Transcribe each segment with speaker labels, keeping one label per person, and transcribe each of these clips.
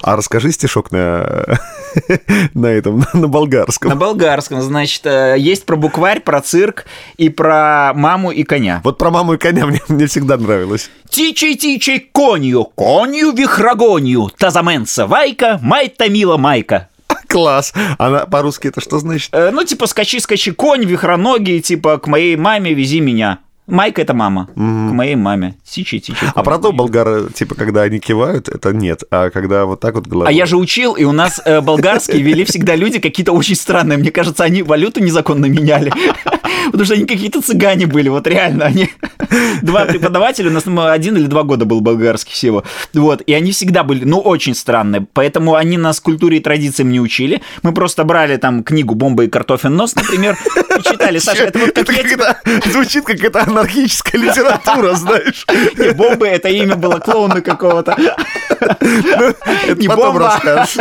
Speaker 1: А расскажи стишок на, на этом, на болгарском.
Speaker 2: На болгарском, значит, э, есть про букварь, про цирк и про маму и коня.
Speaker 1: Вот про маму и коня мне, мне всегда нравилось.
Speaker 2: Тичей-тичей конью, конью вихрогонью, тазаменца вайка, майта мила майка.
Speaker 1: Класс. Она по-русски это что значит?
Speaker 2: Э, ну, типа, скачи-скачи конь, вихроногий, типа, к моей маме вези меня. Майка это мама. К моей маме. Тичи, тичи.
Speaker 1: А про то болгары, типа, когда они кивают, это нет. А когда вот так вот
Speaker 2: А
Speaker 1: головой...
Speaker 2: я же учил, и у нас э, болгарские вели всегда люди какие-то очень странные. Мне кажется, они валюту незаконно меняли. Потому что они какие-то цыгане были, вот реально. Они два преподавателя, у нас ну, один или два года был болгарский всего. Вот, и они всегда были, ну, очень странные. Поэтому они нас культуре и традициям не учили. Мы просто брали там книгу «Бомба и картофель нос», например, и читали. Саша, это вот как я тебе
Speaker 1: это звучит как это анархическая литература, знаешь.
Speaker 2: Не, бомбы это имя было клоуна какого-то.
Speaker 1: Ну, Это
Speaker 2: Не
Speaker 1: потом
Speaker 2: бомба.
Speaker 1: расскажешь.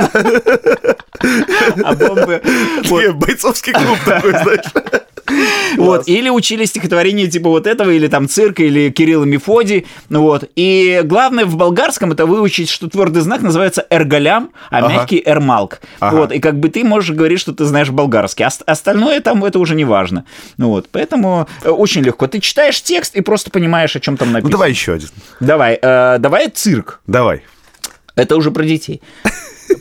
Speaker 2: А бомбы. Вот,
Speaker 1: Не, Бойцовский клуб такой, знаешь.
Speaker 2: вот. Или учили стихотворение типа вот этого, или там цирка, или Кирилла Мефодий. Ну вот. И главное в болгарском это выучить, что твердый знак называется эргалям, а
Speaker 1: Ага.
Speaker 2: мягкий эрмалк.
Speaker 1: Ага.
Speaker 2: Вот. И как бы ты можешь говорить, что ты знаешь болгарский. Ост- Остальное там это уже не важно. Ну вот. Поэтому э, очень легко. Ты читаешь текст и просто понимаешь, о чем там
Speaker 1: Ну,
Speaker 2: написано.
Speaker 1: давай еще один.
Speaker 2: Давай. э, Давай цирк.
Speaker 1: Давай.
Speaker 2: Это уже про детей.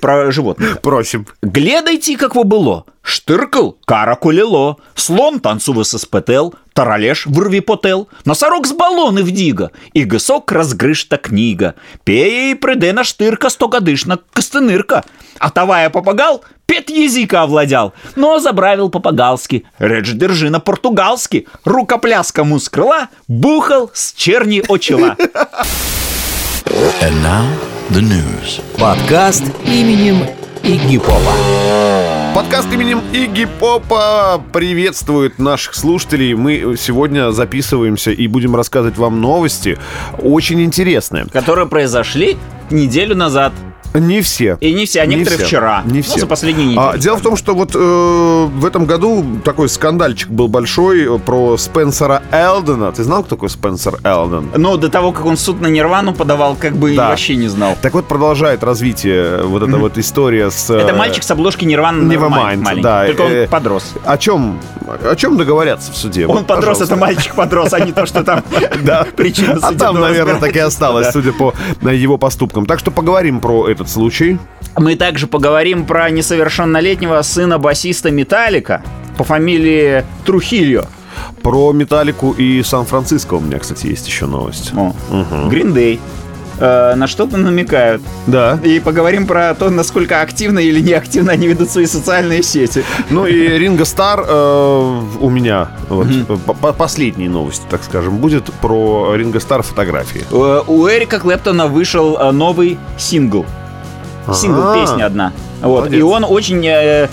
Speaker 2: Про животных.
Speaker 1: Просим.
Speaker 2: Гледайте, как во было. Штыркал, кара коліло, слон танцуве спетел, таралеш вирві потел, носорог з балони вдіга, і гисок розгришта книга. Пеє і приде на штирка стокадишна костенирка. А тавая попагал, пет язика овладял, но забравил попагалски, реч держи на португалски, рукопляс кому с крыла, бухал с черні очила.
Speaker 3: And now the news.
Speaker 4: Подкаст именем Игипова.
Speaker 1: Подкаст именем Игги Попа приветствует наших слушателей. Мы сегодня записываемся и будем рассказывать вам новости очень интересные.
Speaker 2: Которые произошли неделю назад.
Speaker 1: Не все.
Speaker 2: И не все, а
Speaker 1: Не
Speaker 2: некоторые
Speaker 1: все.
Speaker 2: вчера.
Speaker 1: Не
Speaker 2: Ну,
Speaker 1: все.
Speaker 2: за последние недели.
Speaker 1: А, дело в том, что вот э, в этом году такой скандальчик был большой э, про Спенсера Элдена. Ты знал, кто такой Спенсер Элден?
Speaker 2: Но до того, как он в суд на Нирвану подавал, как бы
Speaker 1: Да.
Speaker 2: вообще не знал.
Speaker 1: Так вот, продолжает развитие вот эта вот история с... э,
Speaker 2: Это мальчик с обложки Нирваны на
Speaker 1: Nevermind,
Speaker 2: Nevermind, маленький.
Speaker 1: да,
Speaker 2: Только он
Speaker 1: э,
Speaker 2: подрос.
Speaker 1: О чем, о чем договорятся в суде?
Speaker 2: Он
Speaker 1: Вот,
Speaker 2: подрос,
Speaker 1: пожалуйста.
Speaker 2: это мальчик подрос, а не то, что там
Speaker 1: Да.
Speaker 2: причина
Speaker 1: А там,
Speaker 2: судебного
Speaker 1: наверное, так и
Speaker 2: разбирательства.
Speaker 1: осталось,
Speaker 2: Да.
Speaker 1: судя по э, его поступкам. Так что поговорим про этот случай.
Speaker 2: Мы также поговорим про несовершеннолетнего сына басиста Металлика по фамилии Трухильо.
Speaker 1: Про Металлику и Сан-Франциско у меня, кстати, есть еще новость.
Speaker 2: О, Гриндей. Э, На что-то намекают.
Speaker 1: Да.
Speaker 2: И поговорим про то, насколько активно или неактивно они ведут свои социальные сети.
Speaker 1: Ну и Ринго Стар э, у меня вот, по- по- последней новостью, так скажем, будет про Ринго Стар фотографии.
Speaker 2: Э, У Эрика Клэптона вышел э, новый сингл. Сингл,
Speaker 1: Ага.
Speaker 2: песня одна. Вот.
Speaker 1: А. Молодец.
Speaker 2: И он очень, э,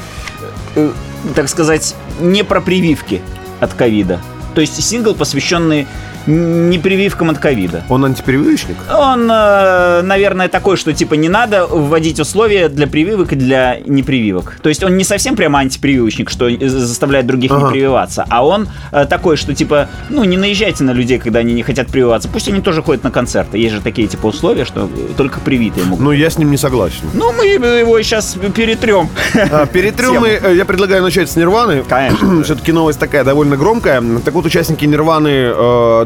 Speaker 2: э, так сказать, не про прививки от ковида. То есть сингл, посвященный не прививкам от ковида.
Speaker 1: Он антипрививочник?
Speaker 2: Он, э, наверное, такой, что типа не надо вводить условия для прививок и для непрививок. То есть он не совсем прямо антипрививочник, что э, заставляет других
Speaker 1: Ага.
Speaker 2: не прививаться, а он э, такой, что типа, ну не наезжайте на людей, когда они не хотят прививаться. Пусть они тоже ходят на концерты. Есть же такие типа условия, что э, только привитые могут.
Speaker 1: Ну, я с ним не согласен.
Speaker 2: Ну, мы его сейчас перетрем.
Speaker 1: А, Перетрем
Speaker 2: Тема.
Speaker 1: мы, э, я предлагаю начать с Нирваны.
Speaker 2: Конечно.
Speaker 1: Все-таки новость такая довольно громкая. Так вот, участники Нирваны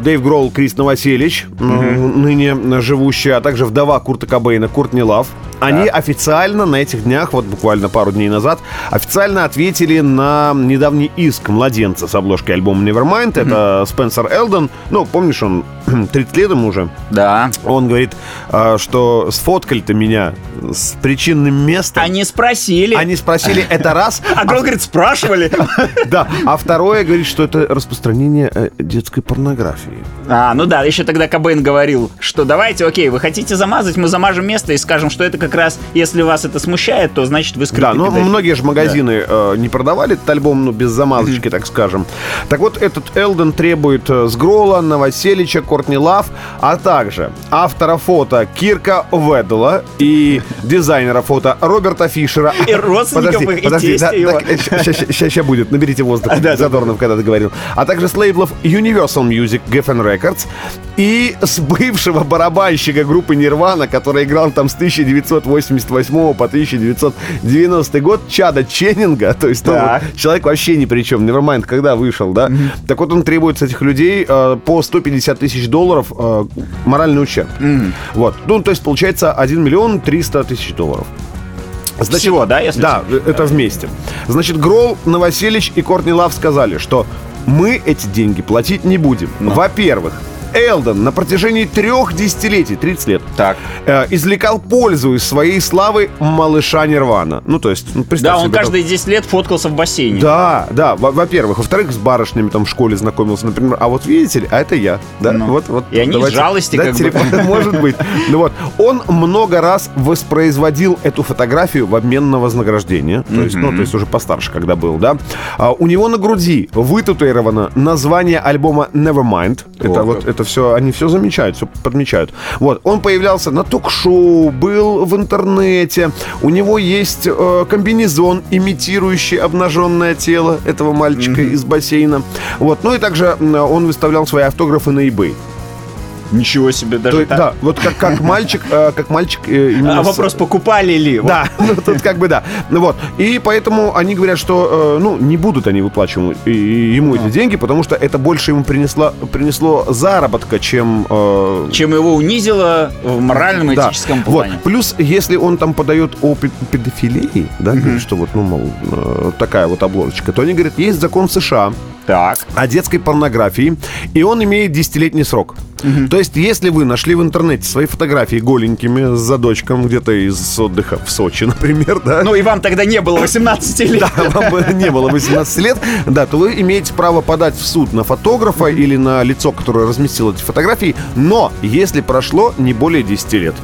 Speaker 1: э, Дэйв Гролл, Крис Новоселич, м, ныне живущие, а также вдова Курта Кобейна, Куртни Лав, они официально на этих днях, вот буквально пару дней назад, официально ответили на недавний иск младенца с обложки альбома Nevermind. Это Спенсер Элден. Ну, помнишь, он 30 лет ему уже.
Speaker 2: Да.
Speaker 1: Он говорит, э, что сфоткали-то меня с причинным местом.
Speaker 2: Они спросили.
Speaker 1: Они спросили это раз,
Speaker 2: А Грол говорит, спрашивали.
Speaker 1: да, а второе говорит, что это распространение э, детской порнографии.
Speaker 2: А, ну да, еще тогда Кобейн говорил, что давайте, окей, вы хотите замазать, мы замажем место и скажем, что это как раз, если вас это смущает, то значит вы скрыты.
Speaker 1: Да, но
Speaker 2: педофил.
Speaker 1: многие же магазины э, не продавали этот альбом, ну, без замазочки, так скажем. Так вот, этот Элден требует э, Сгрола, Новоселича, Кортни Лав, а также автора фото Кирка Ведла и дизайнера фото Роберта Фишера.
Speaker 2: И родственников их, и тестя его.
Speaker 1: Э, сейчас будет, наберите воздух, Задорнов когда-то говорил. А также с лейблов Universal Music, Geffen Records, и с бывшего барабанщика группы Нирвана, который играл там с 1988 по 1990 год, Чада Ченнинга, то есть ну,
Speaker 2: Так.
Speaker 1: вот человек вообще ни при чем, Nevermind, когда вышел, да? Так вот он требует с этих людей э, по 150 тысяч долларов э, моральный ущерб. Вот, ну то есть получается 1 миллион 300 тысяч долларов.
Speaker 2: Всего, да, если-
Speaker 1: Да, это вместе. Значит, Грол, Новоселич и Кортни Лав сказали, что мы эти деньги платить не будем.
Speaker 2: Ну.
Speaker 1: Во-первых, Элдон на протяжении трех десятилетий, 30 лет,
Speaker 2: Так.
Speaker 1: э, извлекал пользу из своей славы малыша Нирвана. Ну, то есть, ну, представь
Speaker 2: Да, он
Speaker 1: себе, как-
Speaker 2: каждые 10 лет фоткался в бассейне.
Speaker 1: Да, да, во- во-первых. Во-вторых, с барышнями там в школе знакомился, например. А вот видите ли, а это я. Да,
Speaker 2: Ну.
Speaker 1: вот, вот.
Speaker 2: И они из жалости
Speaker 1: да,
Speaker 2: как бы.
Speaker 1: телефон- Может быть. Ну вот. Он много раз воспроизводил эту фотографию в обмен на вознаграждение. То есть, ну, то есть уже постарше, когда был, да. А у него на груди вытатуировано название альбома Nevermind. Это
Speaker 2: как.
Speaker 1: вот, это все, они все замечают, все подмечают. Вот. Он появлялся на ток-шоу, был в интернете. У него есть э, комбинезон, имитирующий обнаженное тело этого мальчика из бассейна. Вот. Ну и также м, он выставлял свои автографы на eBay.
Speaker 2: Ничего себе,
Speaker 1: То
Speaker 2: даже
Speaker 1: есть,
Speaker 2: так.
Speaker 1: да, вот как, как мальчик, э, как мальчик э, именно
Speaker 2: А
Speaker 1: с-
Speaker 2: вопрос, покупали ли? Вот.
Speaker 1: Да, ну тут как бы да. Ну вот. И поэтому они говорят, что э, ну не будут они выплачивать ему- и- и ему эти деньги, потому что это больше ему принесло, принесло заработка, чем э,
Speaker 2: Чем его унизило в моральном и
Speaker 1: да.
Speaker 2: этическом
Speaker 1: Вот.
Speaker 2: плане.
Speaker 1: Плюс, если он там подает о пе- педофилии, да, говорит, что вот, ну, мол, э, такая вот обложечка, то они говорят, есть закон США,
Speaker 2: Так.
Speaker 1: о детской порнографии, и он имеет десятилетний срок. То есть, если вы нашли в интернете свои фотографии голенькими с задочком где-то из отдыха в Сочи, например, да,
Speaker 2: Ну и вам тогда не было 18 лет.
Speaker 1: да, вам бы не было 18 лет, да, то вы имеете право подать в суд на фотографа или на лицо, которое разместило эти фотографии, но если прошло не более 10 лет.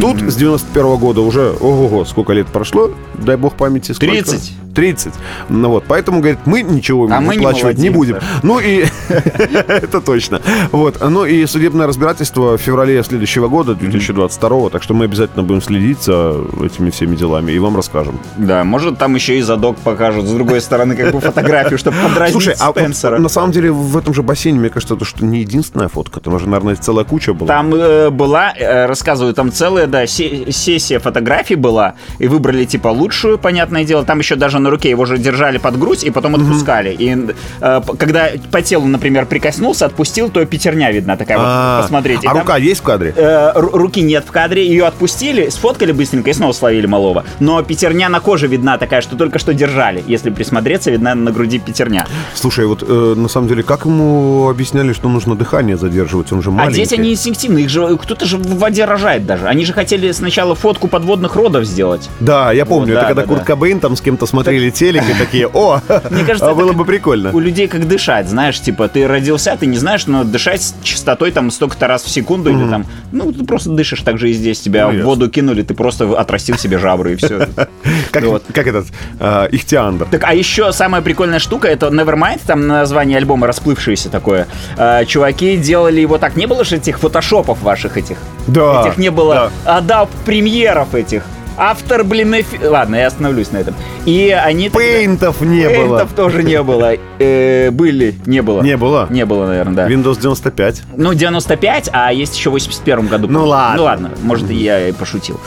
Speaker 1: Тут с 91 года уже, ого-го, сколько лет прошло, дай бог памяти, сколько?
Speaker 2: 30.
Speaker 1: 30. Ну вот, поэтому, говорит, мы ничего
Speaker 2: А
Speaker 1: ему
Speaker 2: мы не
Speaker 1: выплачивать не,
Speaker 2: молодеем,
Speaker 1: будем. Ну и... Это точно. Вот. Ну и судебное разбирательство в феврале следующего года, 2022, так что мы обязательно будем следить за этими всеми делами и вам расскажем.
Speaker 2: Да, может, там еще и задок покажут с другой стороны, как бы фотографию, чтобы подразнить
Speaker 1: Слушай, а вот
Speaker 2: Спенсера.
Speaker 1: на самом деле в этом же бассейне, мне кажется, это что не единственная фотка. Там же, наверное, целая куча была.
Speaker 2: Там э, была, э, рассказываю, там целая, да, се- сессия фотографий была, и выбрали, типа, лучшую, понятное дело. Там еще даже на руке его же держали под грудь, и потом отпускали. И э, п- когда по телу, например, прикоснулся, отпустил, то пятерня видна такая
Speaker 1: А,
Speaker 2: вот. Посмотрите.
Speaker 1: А
Speaker 2: Там,
Speaker 1: рука есть в кадре?
Speaker 2: э, ру- руки нет в кадре, ее отпустили, сфоткали быстренько и снова словили малого. Но пятерня на коже видна такая, что только что держали. Если присмотреться, видна на груди пятерня.
Speaker 1: Слушай, вот э, на самом деле, как ему объясняли, что нужно дыхание задерживать? Он же маленький.
Speaker 2: А дети, они инстинктивны, их же кто-то же в воде рожает даже. Они же хотели сначала фотку подводных родов сделать.
Speaker 1: Да, я помню,
Speaker 2: Ну да,
Speaker 1: это когда
Speaker 2: да,
Speaker 1: Курт
Speaker 2: да.
Speaker 1: Кобейн там с кем-то смотрели телек и такие, о,
Speaker 2: Мне кажется,
Speaker 1: а было
Speaker 2: это
Speaker 1: бы прикольно.
Speaker 2: У людей как дышать, знаешь, типа ты родился, ты не знаешь, но дышать с частотой там столько-то раз в секунду или там, ну ты просто дышишь так же и здесь, тебя
Speaker 1: Ну,
Speaker 2: в
Speaker 1: ясно.
Speaker 2: воду кинули, ты просто отрастил себе жабры и все.
Speaker 1: Как,
Speaker 2: Ну вот.
Speaker 1: как этот, э, Ихтиандр.
Speaker 2: Так, а еще самая прикольная штука, это Nevermind, там название альбома расплывшееся такое. Э, чуваки делали его так, не было же этих фотошопов ваших этих?
Speaker 1: А, Да,
Speaker 2: Этих не было. Адап премьеров этих. Автор, блин, эфи- Ладно, я остановлюсь на этом. И они... тогда-
Speaker 1: Пейнтов не было.
Speaker 2: Пейнтов тоже не было. Э, Были, не было.
Speaker 1: Не было?
Speaker 2: Не было, наверное, да.
Speaker 1: Windows 95.
Speaker 2: Ну, 95, а есть еще в 81 году.
Speaker 1: Ну
Speaker 2: по-моему.
Speaker 1: ладно.
Speaker 2: Ну ладно, может, я и пошутил.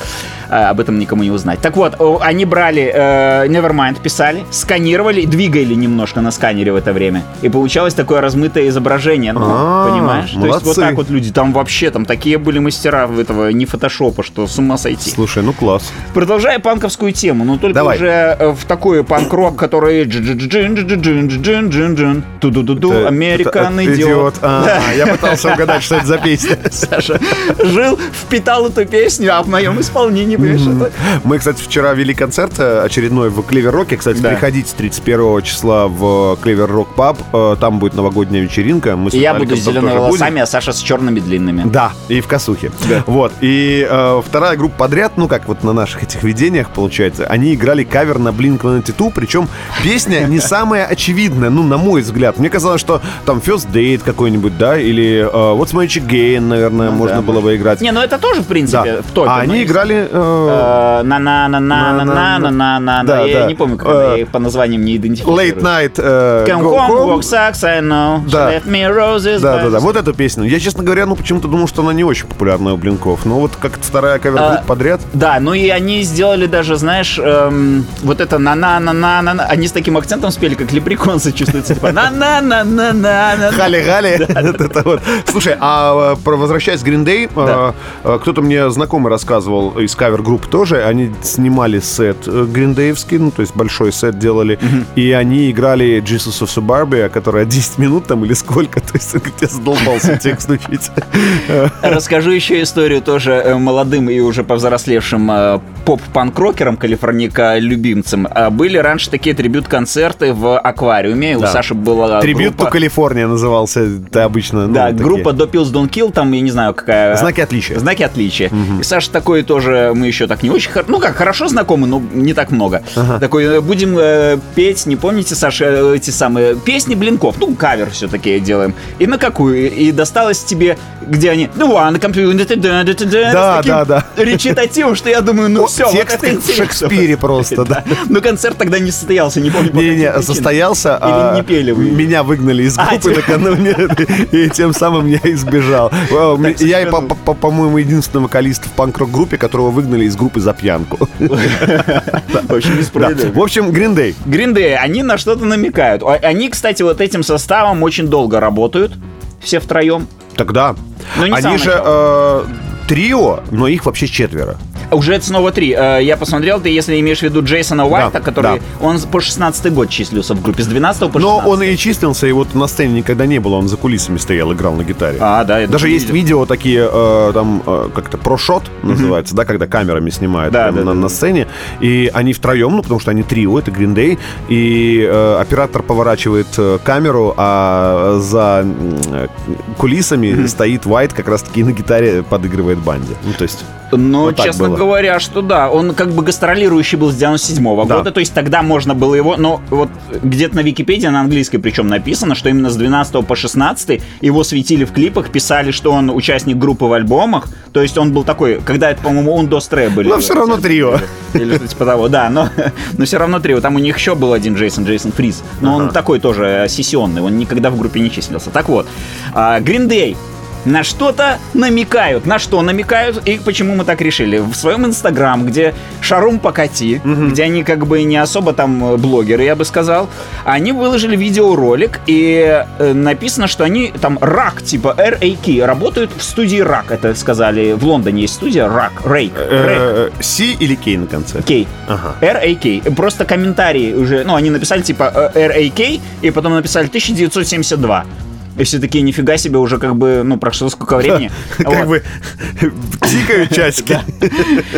Speaker 2: А, об этом никому не узнать. Так вот, о, они брали э, Nevermind, писали, сканировали, двигали немножко на сканере в это время. И получалось такое размытое изображение. Ну,
Speaker 1: А,
Speaker 2: понимаешь? То есть вот
Speaker 1: молодцы.
Speaker 2: так вот люди, там вообще, там такие были мастера в этого, не фотошопа, что с ума сойти.
Speaker 1: Слушай, ну класс.
Speaker 2: Продолжая панковскую тему, но только
Speaker 1: Давай.
Speaker 2: уже э, в такой панк-рок, который джи-джи-джин, джи-джи-джин, джи-джин-джин, ту-ду-ду-ду,
Speaker 1: Это-
Speaker 2: американ
Speaker 1: Э, это-
Speaker 2: идиот.
Speaker 1: А, Я пытался угадать, что это за песня.
Speaker 2: Саша жил, впитал эту песню, а в моем исполнении, понимаешь,
Speaker 1: Мы, кстати, вчера вели концерт э, очередной в Клевер-Роке. Кстати,
Speaker 2: Да.
Speaker 1: приходите 31 числа в Клевер-Рок паб. Э, Там будет новогодняя вечеринка. Мы с
Speaker 2: Я
Speaker 1: Виталиком
Speaker 2: буду с
Speaker 1: там
Speaker 2: зелеными
Speaker 1: тоже будем.
Speaker 2: волосами, а Саша с черными длинными.
Speaker 1: Да, и в косухе. Вот. И э, вторая группа подряд, ну как вот на наших этих видениях, получается, они играли кавер на Blink-182, причем песня не самая очевидная, ну, на мой взгляд. Мне казалось, что там First Date какой-нибудь, да, или э, What's My Age Again, наверное, можно было бы играть.
Speaker 2: Не, ну это тоже, в
Speaker 1: Да.
Speaker 2: принципе, в топе.
Speaker 1: А
Speaker 2: ну,
Speaker 1: они
Speaker 2: и-
Speaker 1: играли... э,
Speaker 2: Э, На-на-на-на-на-на-на-на.
Speaker 1: Да,
Speaker 2: Я
Speaker 1: да.
Speaker 2: не помню, как она,
Speaker 1: Э,
Speaker 2: я их по названиям не идентифицирую.
Speaker 1: Late Night э,
Speaker 2: Come
Speaker 1: Go
Speaker 2: home,
Speaker 1: Home.
Speaker 2: walk sucks, I know. She
Speaker 1: Да.
Speaker 2: left me roses,
Speaker 1: Да,
Speaker 2: but-
Speaker 1: да, да. Вот эту песню. Я, честно говоря, ну почему-то думал, что она не очень популярная у блинков. Но вот как вторая кавер
Speaker 2: А,
Speaker 1: будет подряд.
Speaker 2: Да, ну и они сделали даже, знаешь, эм, вот это на-на-на-на-на. Они с таким акцентом спели, как леприконсы чувствуется. Типа на-на-на-на-на-на.
Speaker 1: Хали-гали. Вот это вот. Слушай, а э, про возвращаясь к Green Day, э, э, кто-то мне знакомый рассказывал из кавер-групп тоже, они снимали сет э, гриндеевский, ну, то есть большой сет делали, и они играли Jesus of Suburbia, которая 10 минут там или сколько, то есть я задолбался текст учить.
Speaker 2: Расскажу еще историю тоже э, молодым и уже повзрослевшим э, поп-панк-рокерам, калифорника-любимцам. А Были раньше такие трибют-концерты в аквариуме. У
Speaker 1: Да.
Speaker 2: Саши была
Speaker 1: Трибют
Speaker 2: А группа-
Speaker 1: to Калифорния назывался, это обычно. ну,
Speaker 2: Да,
Speaker 1: такие.
Speaker 2: группа Do Pills Don't Kill, там, я не знаю, какая...
Speaker 1: Знаки отличия.
Speaker 2: Знаки отличия. И Саша такой тоже, мы еще так не очень, хор- ну как, хорошо знакомы, но не так много. Такой, э, будем э, петь, не помните, Саша, э, эти самые песни Блинков, ну кавер все-таки делаем. И на какую? И досталось тебе, где они, ну ладно, компьютер, да, да, да, да,
Speaker 1: Да,
Speaker 2: с таким
Speaker 1: да, да.
Speaker 2: речитативом, что я думаю, ну
Speaker 1: О,
Speaker 2: все,
Speaker 1: текст как в Шекспире просто, да.
Speaker 2: Но концерт тогда не состоялся, не помню. по каким
Speaker 1: Не-не,
Speaker 2: причинам.
Speaker 1: состоялся.
Speaker 2: Или
Speaker 1: а,
Speaker 2: не пели вы?
Speaker 1: Меня выгнали из
Speaker 2: А,
Speaker 1: группы
Speaker 2: тебя-
Speaker 1: накануне, и тем самым я избежал. Вау, мне- Я, и по-
Speaker 2: совершенно.
Speaker 1: по- по-моему, единственный вокалист в панк-рок группе, которого выгнали из группы за пьянку.
Speaker 2: Очень
Speaker 1: Да.
Speaker 2: несправедливо.
Speaker 1: В общем, Green Day.
Speaker 2: Гриндей, они на что-то намекают. А- Они, кстати, вот этим составом очень долго работают. Все втроем.
Speaker 1: Тогда.
Speaker 2: Но Ну, не с самого
Speaker 1: Они же э, трио, но их вообще четверо.
Speaker 2: Уже это снова три. Э, Я посмотрел, ты если имеешь в виду Джейсона Уайта,
Speaker 1: да.
Speaker 2: который... Он по 16 год числился в группе, с 12 по 16
Speaker 1: Но он и числился, и вот на сцене никогда не было, он за кулисами стоял, играл на гитаре.
Speaker 2: А, да, это
Speaker 1: Даже
Speaker 2: видел.
Speaker 1: есть видео такие, э, там э, как-то прошот называется, да, когда камерами снимают
Speaker 2: Да,
Speaker 1: прям
Speaker 2: да,
Speaker 1: на,
Speaker 2: да,
Speaker 1: на
Speaker 2: да.
Speaker 1: сцене. И они втроем, ну потому что они трио, это Green Day, и э, оператор поворачивает э, камеру, а за м, э, кулисами стоит Уайт, как раз таки на гитаре подыгрывает банде. Ну то есть.
Speaker 2: Ну,
Speaker 1: Вот так
Speaker 2: честно
Speaker 1: было.
Speaker 2: говоря, что да. Он как бы гастролирующий был с 97
Speaker 1: Да.
Speaker 2: года, то есть тогда можно было его... Но вот где-то на Википедии, на английской причем написано, что именно с 12 по 16 его светили в клипах, писали, что он участник группы в альбомах. То есть он был такой, когда это, по-моему, он до Стрея были.
Speaker 1: Но все равно трио.
Speaker 2: Или что-то типа того, да, но, но все равно трио. Там у них еще был один Джейсон, Джейсон Фриз. Но он такой тоже э, сессионный, он никогда в группе не числился. Так вот, Гриндей на что-то намекают. На что намекают и почему мы так решили? В своем инстаграм, где шарум покати, где они как бы не особо там э, блогеры, я бы сказал, они выложили видеоролик и э, написано, что они там рак, типа RAK, работают в студии рак, это сказали. В Лондоне есть студия рак, рейк. рейк.
Speaker 1: Э, Си или Кей на конце.
Speaker 2: Кей.
Speaker 1: Ага.
Speaker 2: RAK. А Просто комментарии уже, ну, они написали типа э, RAK, и потом написали 1972. И все такие, нифига себе, уже как бы, ну, прошло сколько времени.
Speaker 1: Как
Speaker 2: Вот.
Speaker 1: бы тикают часики.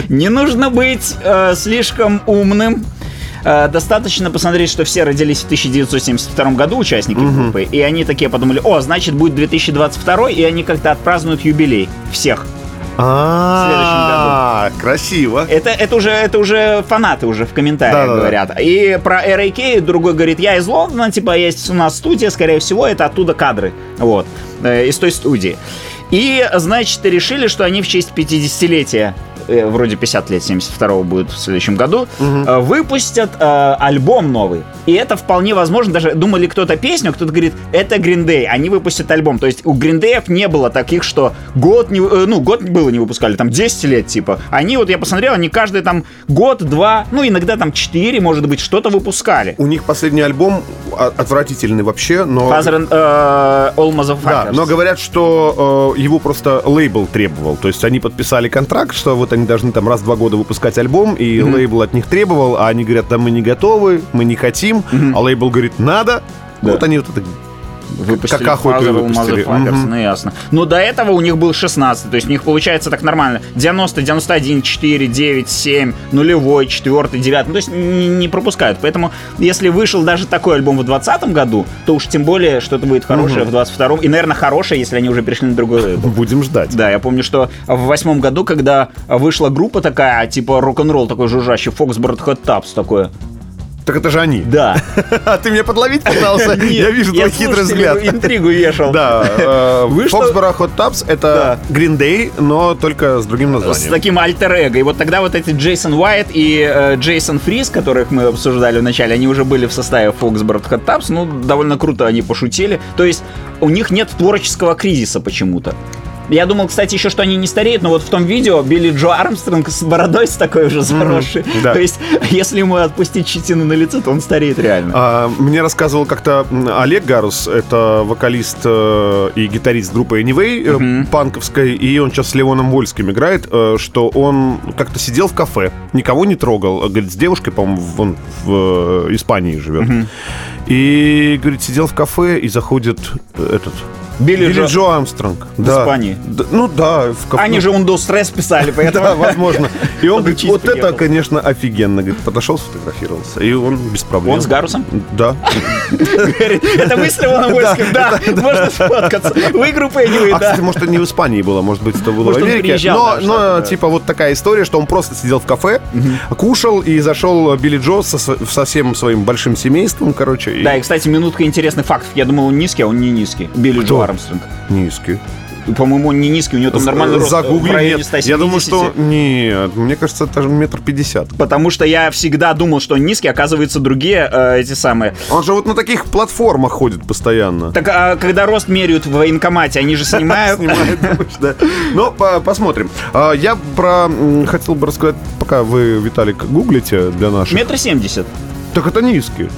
Speaker 2: Не нужно быть э, слишком умным. Э, достаточно посмотреть, что все родились в 1972 году, участники группы, и они такие подумали, о, значит, будет 2022, и они как-то отпразднуют юбилей всех.
Speaker 1: А, красиво.
Speaker 2: Это, это, уже, это уже фанаты уже в комментариях
Speaker 1: Да-да-да.
Speaker 2: говорят. И про RAK другой говорит, я из Лондона, типа, есть у нас студия, скорее всего, это оттуда кадры. Вот. Э, из той студии. И, значит, решили, что они в честь 50-летия, э, вроде 50 лет, 72-го будет в следующем году, э, выпустят э, альбом новый. И это вполне возможно, даже думали кто-то песню, кто-то говорит, это Green Day, они выпустят альбом. То есть у Green Day не было таких, что год, не, вы- э, ну, год было не выпускали, там 10 лет типа. Они, вот я посмотрел, они каждый там год, два, ну, иногда там 4, может быть, что-то выпускали.
Speaker 1: У них последний альбом а- отвратительный вообще, но...
Speaker 2: Father and, э, All
Speaker 1: Да,
Speaker 2: Motherfuckers.
Speaker 1: но говорят, что э, его просто лейбл требовал. То есть они подписали контракт, что вот они должны там раз в два года выпускать альбом, и лейбл от них требовал, а они говорят, да мы не готовы, мы не хотим, а лейбл говорит, надо.
Speaker 2: Да.
Speaker 1: Вот они вот это
Speaker 2: выпустили
Speaker 1: Какаху эту
Speaker 2: Father of
Speaker 1: выпустили.
Speaker 2: Motherfuckers,
Speaker 1: Мгм.
Speaker 2: ну ясно. Но до этого у них был 16, то есть у них получается так нормально. 90, 91, 4, 9, 7, нулевой, 4, 9, ну, то есть не, не пропускают. Поэтому если вышел даже такой альбом в 2020 году, то уж тем более что-то будет хорошее в 22 и, наверное, хорошее, если они уже перешли на другой лейбл.
Speaker 1: Будем ждать.
Speaker 2: Ну Да, я помню, что в восьмом году, когда вышла группа такая, типа рок-н-ролл такой жужжащий, Foxbird Hot Taps такое.
Speaker 1: Так это же они.
Speaker 2: Да.
Speaker 1: А ты меня подловить пытался? Я
Speaker 2: Нет,
Speaker 1: вижу твой хитрый
Speaker 2: слушателю
Speaker 1: взгляд.
Speaker 2: Интригу вешал.
Speaker 1: Да,
Speaker 2: Вышло-
Speaker 1: Фоксбора Hot Taps это Green Day, но только с другим
Speaker 2: С
Speaker 1: названием.
Speaker 2: таким альтер эго. И вот тогда вот эти Джейсон Уайт и э, Джейсон Фриз, которых мы обсуждали вначале, они уже были в составе Foxbird Hot Taps. Ну, довольно круто они пошутили. То есть у них нет творческого кризиса почему-то. Я думал, кстати, еще, что они не стареют, но вот в том видео Билли Джо Армстронг с бородой с такой уже заросшей.
Speaker 1: да.
Speaker 2: То есть, если ему отпустить щетину на лице, то он стареет реально.
Speaker 1: А, Мне рассказывал как-то м, Олег Гарус, это вокалист э, и гитарист группы Anyway э, панковской, и он сейчас с Леоном Вольским играет, э, что он как-то сидел в кафе, никого не трогал, э, говорит, с девушкой, по-моему, в- он в э, Испании живет. И, говорит, сидел в кафе, и заходит э, этот...
Speaker 2: Билли
Speaker 1: Билли
Speaker 2: Джо-
Speaker 1: Джо Армстронг. Да.
Speaker 2: Испании?
Speaker 1: Да, ну да, в кафе.
Speaker 2: Они же он до стресс писали,
Speaker 1: Да,
Speaker 2: поэтому...
Speaker 1: возможно. И он говорит,
Speaker 2: Подучись
Speaker 1: вот это,
Speaker 2: приехал.
Speaker 1: конечно, офигенно. Говорит, подошел, сфотографировался. И он без проблем.
Speaker 2: Он с Гарусом?
Speaker 1: Да.
Speaker 2: Говорит, Это мы с Леоном Вольским, да, можно сфоткаться. Вы группа Anyway,
Speaker 1: А,
Speaker 2: да.
Speaker 1: кстати, может, это не в Испании было, может быть, это было
Speaker 2: Может,
Speaker 1: в
Speaker 2: он
Speaker 1: Америке.
Speaker 2: приезжал,
Speaker 1: но,
Speaker 2: да,
Speaker 1: но,
Speaker 2: что-то, да.
Speaker 1: типа, вот такая история, что он просто сидел в кафе, кушал и зашел Билли Джо со, со- со всем своим большим семейством, короче. и-
Speaker 2: Да, и, кстати, минутка интересных фактов. Я думал, он низкий, а он не низкий. Билли
Speaker 1: Кто?
Speaker 2: Джо Армстронг.
Speaker 1: Низкий.
Speaker 2: По-моему, он не низкий, у него там нормальный рост. э,
Speaker 1: Загугли,
Speaker 2: в районе
Speaker 1: нет.
Speaker 2: 170.
Speaker 1: Я думаю, что... Нет, мне кажется, это же метр пятьдесят.
Speaker 2: Потому что я всегда думал, что он низкий, оказывается, другие э, эти самые.
Speaker 1: Он же вот на таких платформах ходит постоянно.
Speaker 2: Так, а когда рост меряют в военкомате, они же снимают.
Speaker 1: Снимает дождь, да. Но по- посмотрим. А, Я про м, хотел бы рассказать, пока вы, Виталик, гуглите для наших.
Speaker 2: Метр семьдесят.
Speaker 1: Так это низкий.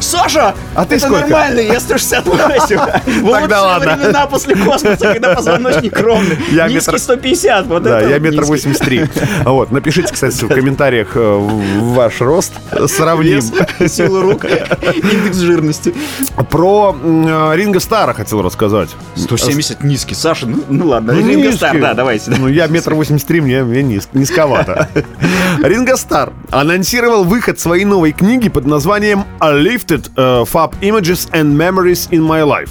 Speaker 2: Саша!
Speaker 1: А ты
Speaker 2: это
Speaker 1: сколько?
Speaker 2: нормально, я 160 вырастил. В
Speaker 1: Тогда
Speaker 2: лучшие
Speaker 1: ладно.
Speaker 2: времена после космоса, когда позвоночник ровный.
Speaker 1: Я
Speaker 2: Низкий
Speaker 1: метр-
Speaker 2: 150, вот
Speaker 1: да,
Speaker 2: это
Speaker 1: я
Speaker 2: вот
Speaker 1: метр
Speaker 2: низкий.
Speaker 1: восемьдесят три. Вот, напишите, кстати, в комментариях э, в- ваш рост сравним.
Speaker 2: Вес, сила рук, индекс жирности.
Speaker 1: Про м, э, Ринга Стара хотел рассказать.
Speaker 2: 170 низкий, Саша, ну, ну ладно.
Speaker 1: Ну,
Speaker 2: Ринго
Speaker 1: низкий.
Speaker 2: Стар, да, давайте. да.
Speaker 1: Ну, я метр восемьдесят три, мне, мне низ- низковато. Ринго Стар анонсировал выход своей новой книги под названием «A Lifted э, Fab Images and Memories in My Life».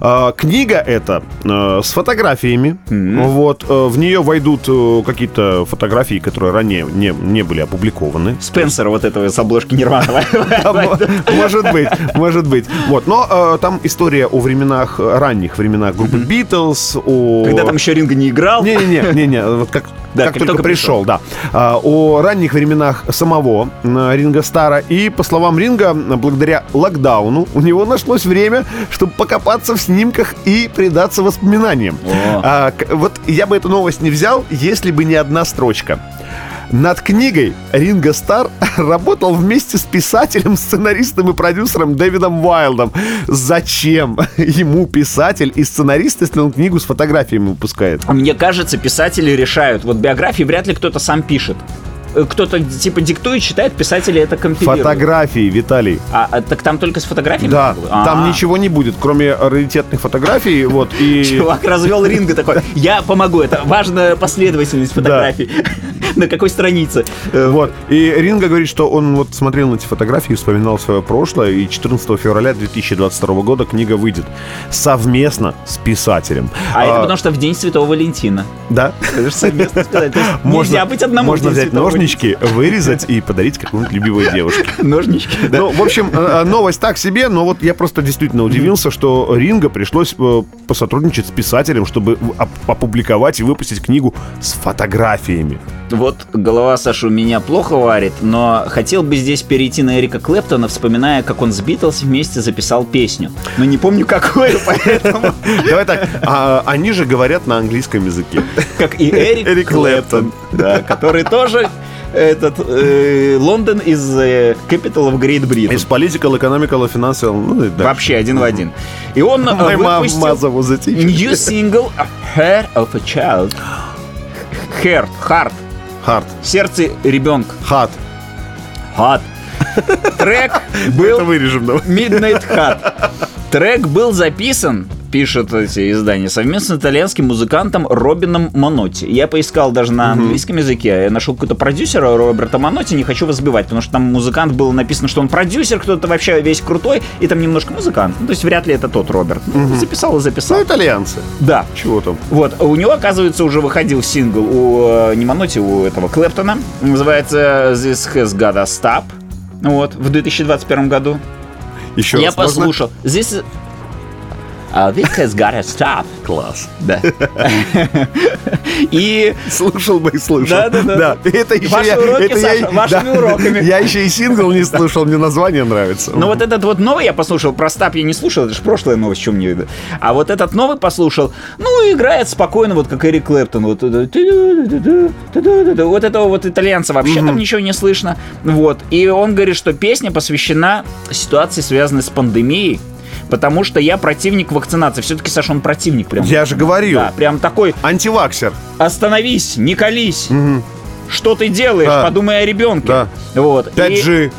Speaker 1: Э, Книга эта э, с фотографиями. Вот, э, в нее войдут э, какие-то фотографии, которые ранее не, не были опубликованы.
Speaker 2: Спенсера вот этого с обложки Нирвана.
Speaker 1: А, мо- Может быть, может быть. Вот, но э, там история о временах, э, ранних временах группы Битлз, о...
Speaker 2: Когда там еще Ринга не играл.
Speaker 1: Не-не-не, не-не, вот как,
Speaker 2: Да,
Speaker 1: как
Speaker 2: как
Speaker 1: только,
Speaker 2: только
Speaker 1: пришел, да. А, о ранних временах самого э, Ринга Стара. И, по словам Ринга, э, благодаря локдауну у него нашлось время, чтобы покопаться в снимках и предаться воспоминаниям.
Speaker 2: О.
Speaker 1: А, к- вот я бы эту новость не взял, если бы не одна строчка. Над книгой Ринго Стар работал вместе с писателем, сценаристом и продюсером Дэвидом Уайлдом. Зачем ему писатель и сценарист, если он книгу с фотографиями выпускает?
Speaker 2: Мне кажется, писатели решают. Вот биографии вряд ли кто-то сам пишет. Э, Кто-то типа диктует, читает, писатели это компилируют.
Speaker 1: Фотографии, Виталий.
Speaker 2: А, а, так там только с фотографиями?
Speaker 1: Да,
Speaker 2: было?
Speaker 1: там
Speaker 2: А.
Speaker 1: ничего не будет, кроме раритетных фотографий. Вот и
Speaker 2: Чувак развел ринга такой. Я помогу, это важная последовательность фотографий. На какой странице?
Speaker 1: э, вот и Ринга говорит, что он вот смотрел на эти фотографии, вспоминал свое прошлое, и 14 февраля 2022 года книга выйдет совместно с писателем.
Speaker 2: А это потому что в день Святого Валентина.
Speaker 1: да.
Speaker 2: Это же совместно сказать. То есть Нельзя быть одному. в
Speaker 1: можно
Speaker 2: День
Speaker 1: взять
Speaker 2: Святого
Speaker 1: ножнички, вырезать и подарить какой-нибудь любимой девушке.
Speaker 2: Валентина. Ножнички, да.
Speaker 1: Ну, в общем, э, э, новость так себе, но вот я просто действительно удивился, что Ринга пришлось э, посотрудничать с писателем, чтобы в- оп- опубликовать и выпустить книгу с фотографиями.
Speaker 2: Вот голова Саша у меня плохо варит, но хотел бы здесь перейти на Эрика Клэптона, вспоминая, как он с Битлз вместе записал песню. Но не помню какую, поэтому...
Speaker 1: Давай так, а, они же говорят на английском языке.
Speaker 2: Как и Эрик,
Speaker 1: Эрик Клэптон.
Speaker 2: Клэптон, да, который тоже этот э, Лондон из э, Capital of Great Britain.
Speaker 1: Из political, economical, financial, ну и дальше.
Speaker 2: Вообще один в один. И он э,
Speaker 1: My mom-
Speaker 2: выпустил
Speaker 1: mother was a teacher.
Speaker 2: new single A Hair of a Child. Heart, heart,
Speaker 1: Hard.
Speaker 2: сердце ребенка.
Speaker 1: Hard.
Speaker 2: Hot. Трек
Speaker 1: Это
Speaker 2: был
Speaker 1: вырежем, давай.
Speaker 2: Midnight Hut. Трек был записан, пишет эти издания, совместно с итальянским музыкантом Робином Монотти. Я поискал даже на английском языке, а я нашел какого-то продюсера Роберта Монотти, не хочу вас сбивать, потому что там музыкант был написано, что он продюсер, кто-то вообще весь крутой, и там немножко музыкант. Ну, то есть вряд ли это тот Роберт. Ну, Записал и записал.
Speaker 1: Ну, итальянцы.
Speaker 2: Да.
Speaker 1: Чего там?
Speaker 2: Вот, у него, оказывается, уже выходил сингл у э, не Маноти, у этого Клэптона. Называется This Has Got a Stop. Вот, в 2021 году.
Speaker 1: Еще
Speaker 2: Я
Speaker 1: раз можно?
Speaker 2: послушал. This is... А, this has got a stop. Класс. Да. И
Speaker 1: Слушал бы и слышал.
Speaker 2: Да, да, да.
Speaker 1: Это еще
Speaker 2: Ваши
Speaker 1: я,
Speaker 2: уроки,
Speaker 1: это я и-
Speaker 2: Саша, вашими уроками.
Speaker 1: Я еще и сингл не слушал, мне название нравится.
Speaker 2: Ну вот этот вот новый я послушал, про Стап я не слушал, это же прошлая новость, чем мне это. А вот этот новый послушал, ну и играет спокойно, вот как Эрик Клэптон. Вот, э, это ту-ду-ду-ду, ту-ду-ду-ду. вот этого вот итальянца вообще там ничего не слышно. Вот. И он говорит, что песня посвящена ситуации, связанной с пандемией, потому что я противник вакцинации. Все-таки, Саша, он противник прям.
Speaker 1: Я же говорил.
Speaker 2: Да, прям такой,
Speaker 1: Антиваксер.
Speaker 2: остановись, не колись. Что ты делаешь?
Speaker 1: Да.
Speaker 2: Подумай о ребенке.
Speaker 1: Да.
Speaker 2: Вот. И
Speaker 1: 5G,